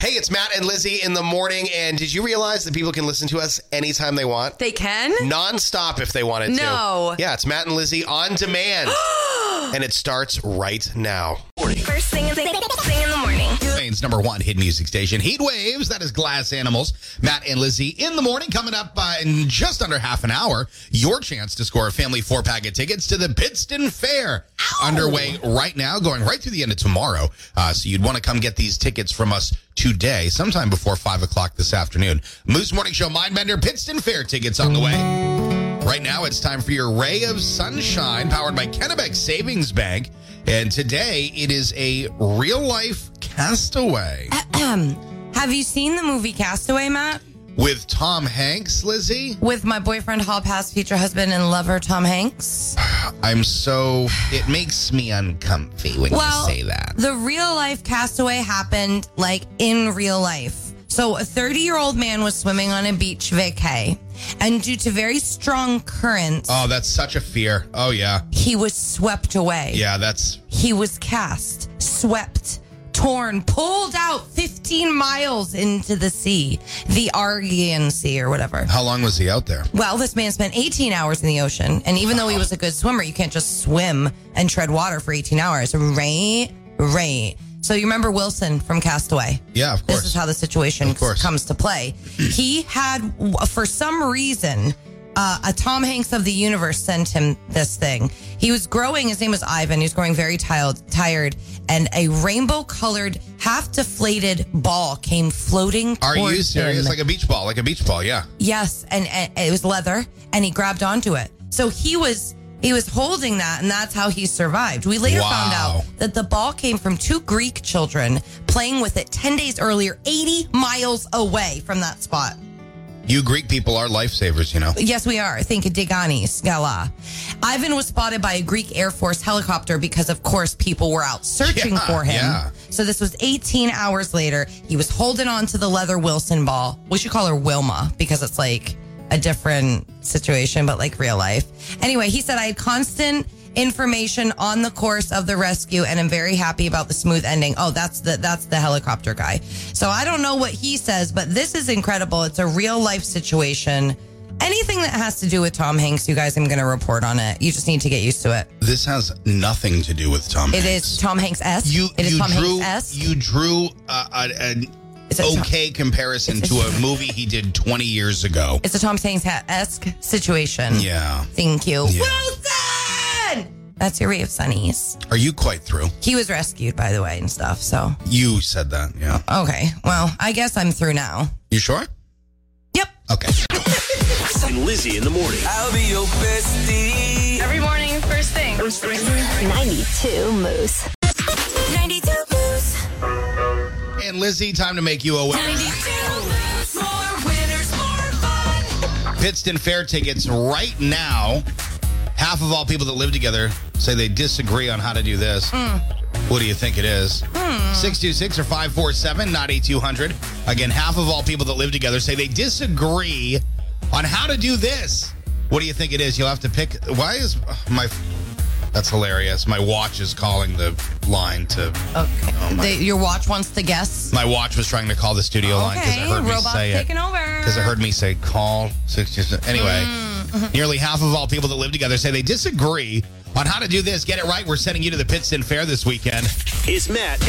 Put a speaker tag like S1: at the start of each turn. S1: It's Matt and Lizzie in the morning. And did you realize that people can listen to us anytime they want?
S2: They can?
S1: Nonstop if they wanted to.
S2: No.
S1: Yeah, it's Matt and Lizzie on demand. and it starts right now.
S3: First thing in the, thing in the morning.
S4: Spain's number one hit music station, Heat Waves. That is Glass Animals. Matt and Lizzie in the morning, coming up uh, in just under half an hour. Your chance to score a family four pack of tickets to the Pittston Fair underway right now, going right through the end of tomorrow. Uh, so you'd want to come get these tickets from us today, sometime before five o'clock this afternoon. Moose Morning Show Mindbender Pittston Fair tickets on the way. Right now, it's time for your ray of sunshine powered by Kennebec Savings Bank. And today it is a real life castaway
S2: Have you seen the movie Castaway, Matt?
S4: with Tom Hanks, Lizzie.
S2: With my boyfriend, Hall Pass, future husband, and lover, Tom Hanks?
S4: I'm so, it makes me uncomfy when
S2: Well,
S4: you say that.
S2: The real life Castaway happened like in real life. So a 30 year old man was swimming on a beach vacay. And due to very strong currents,
S4: Oh, that's such a fear. Oh, yeah.
S2: he was swept away.
S4: Yeah, that's,
S2: he was cast, swept, torn, pulled out 15 miles into the sea, the Argean Sea or whatever.
S4: how long was he out there?
S2: Well, this man spent 18 hours in the ocean, and even though he was a good swimmer, you can't just swim and tread water for 18 hours. Right, right. So you remember Wilson from Castaway?
S4: Yeah, of
S2: This
S4: course.
S2: is how the situation
S4: Of course.
S2: comes to play. He had, for some reason, uh, a Tom Hanks of the universe sent him this thing. He was growing. His name was Ivan. He was growing very tiled, tired, and a rainbow-colored, half-deflated ball came floating.
S4: Are you
S2: towards
S4: serious?
S2: him.
S4: Like a beach ball, like a beach ball, yeah.
S2: Yes, and, and it was leather, and he grabbed onto it. So he was he was holding that, and that's how he survived. We later
S4: Wow.
S2: found out that the ball came from two Greek children playing with it ten days earlier, eighty miles away from that spot.
S4: You Greek people are lifesavers, you know.
S2: Yes, we are. Think Diganis, Gala. Ivan was spotted by a Greek Air Force helicopter because, of course, people were out searching
S4: Yeah,
S2: for him.
S4: yeah.
S2: So this was 18 hours later. He was holding on to the leather Wilson ball. We should call her Wilma because it's like a different situation, but like real life. Anyway, he said, I had constant information on the course of the rescue and I'm very happy about the smooth ending. Oh, that's the that's the helicopter guy. So I don't know what he says, but this is incredible. It's a real life situation. Anything that has to do with Tom Hanks, you guys, I'm going to report on it. You just need to get used to it.
S4: This has nothing to do with Tom
S2: It
S4: Hanks.
S2: is Tom Hanks S.
S4: You,
S2: it is
S4: you
S2: Tom
S4: drew,
S2: Hanks S.
S4: You drew uh, a- an
S2: It's a Tom-
S4: okay comparison
S2: it's a
S4: to a movie he did 20 years ago.
S2: It's a Tom Hanks esque situation.
S4: Yeah.
S2: Thank you.
S4: Yeah.
S2: Wilson! That's your ray of sunnies.
S4: Are you quite through?
S2: He was rescued, by the way, and stuff. So,
S4: You said that. Yeah.
S2: okay. Well, I guess I'm through now.
S4: You sure?
S2: Yep.
S4: Okay.
S5: and Lizzie in the morning.
S6: I'll be your bestie.
S3: Every morning, first thing.
S7: 92 Moose.
S3: 92 Moose.
S4: And Lizzie, time to make you aware.
S3: 92 Moose. More winners, more fun.
S4: Pittston Fair tickets right now. Half of all people that live together say they disagree on how to do this. What do you think it is? 626 or 547 9200. Again, half of all people that live together say they disagree on how to do this. What do you think it is? You'll have to pick. Why is my. That's hilarious. My watch is calling the line to.
S2: Okay.
S4: Oh, my-
S2: The- your watch wants to guess.
S4: My watch was trying to call the studio line because it
S2: Okay,
S4: heard me
S2: robot's
S4: say
S2: taking
S4: it.
S2: over.
S4: Because it heard me say call sixty. Anyway, nearly half of all people that live together say they disagree on how to do this. Get it right. We're sending you to the Pittston Fair this weekend.
S5: It's Matt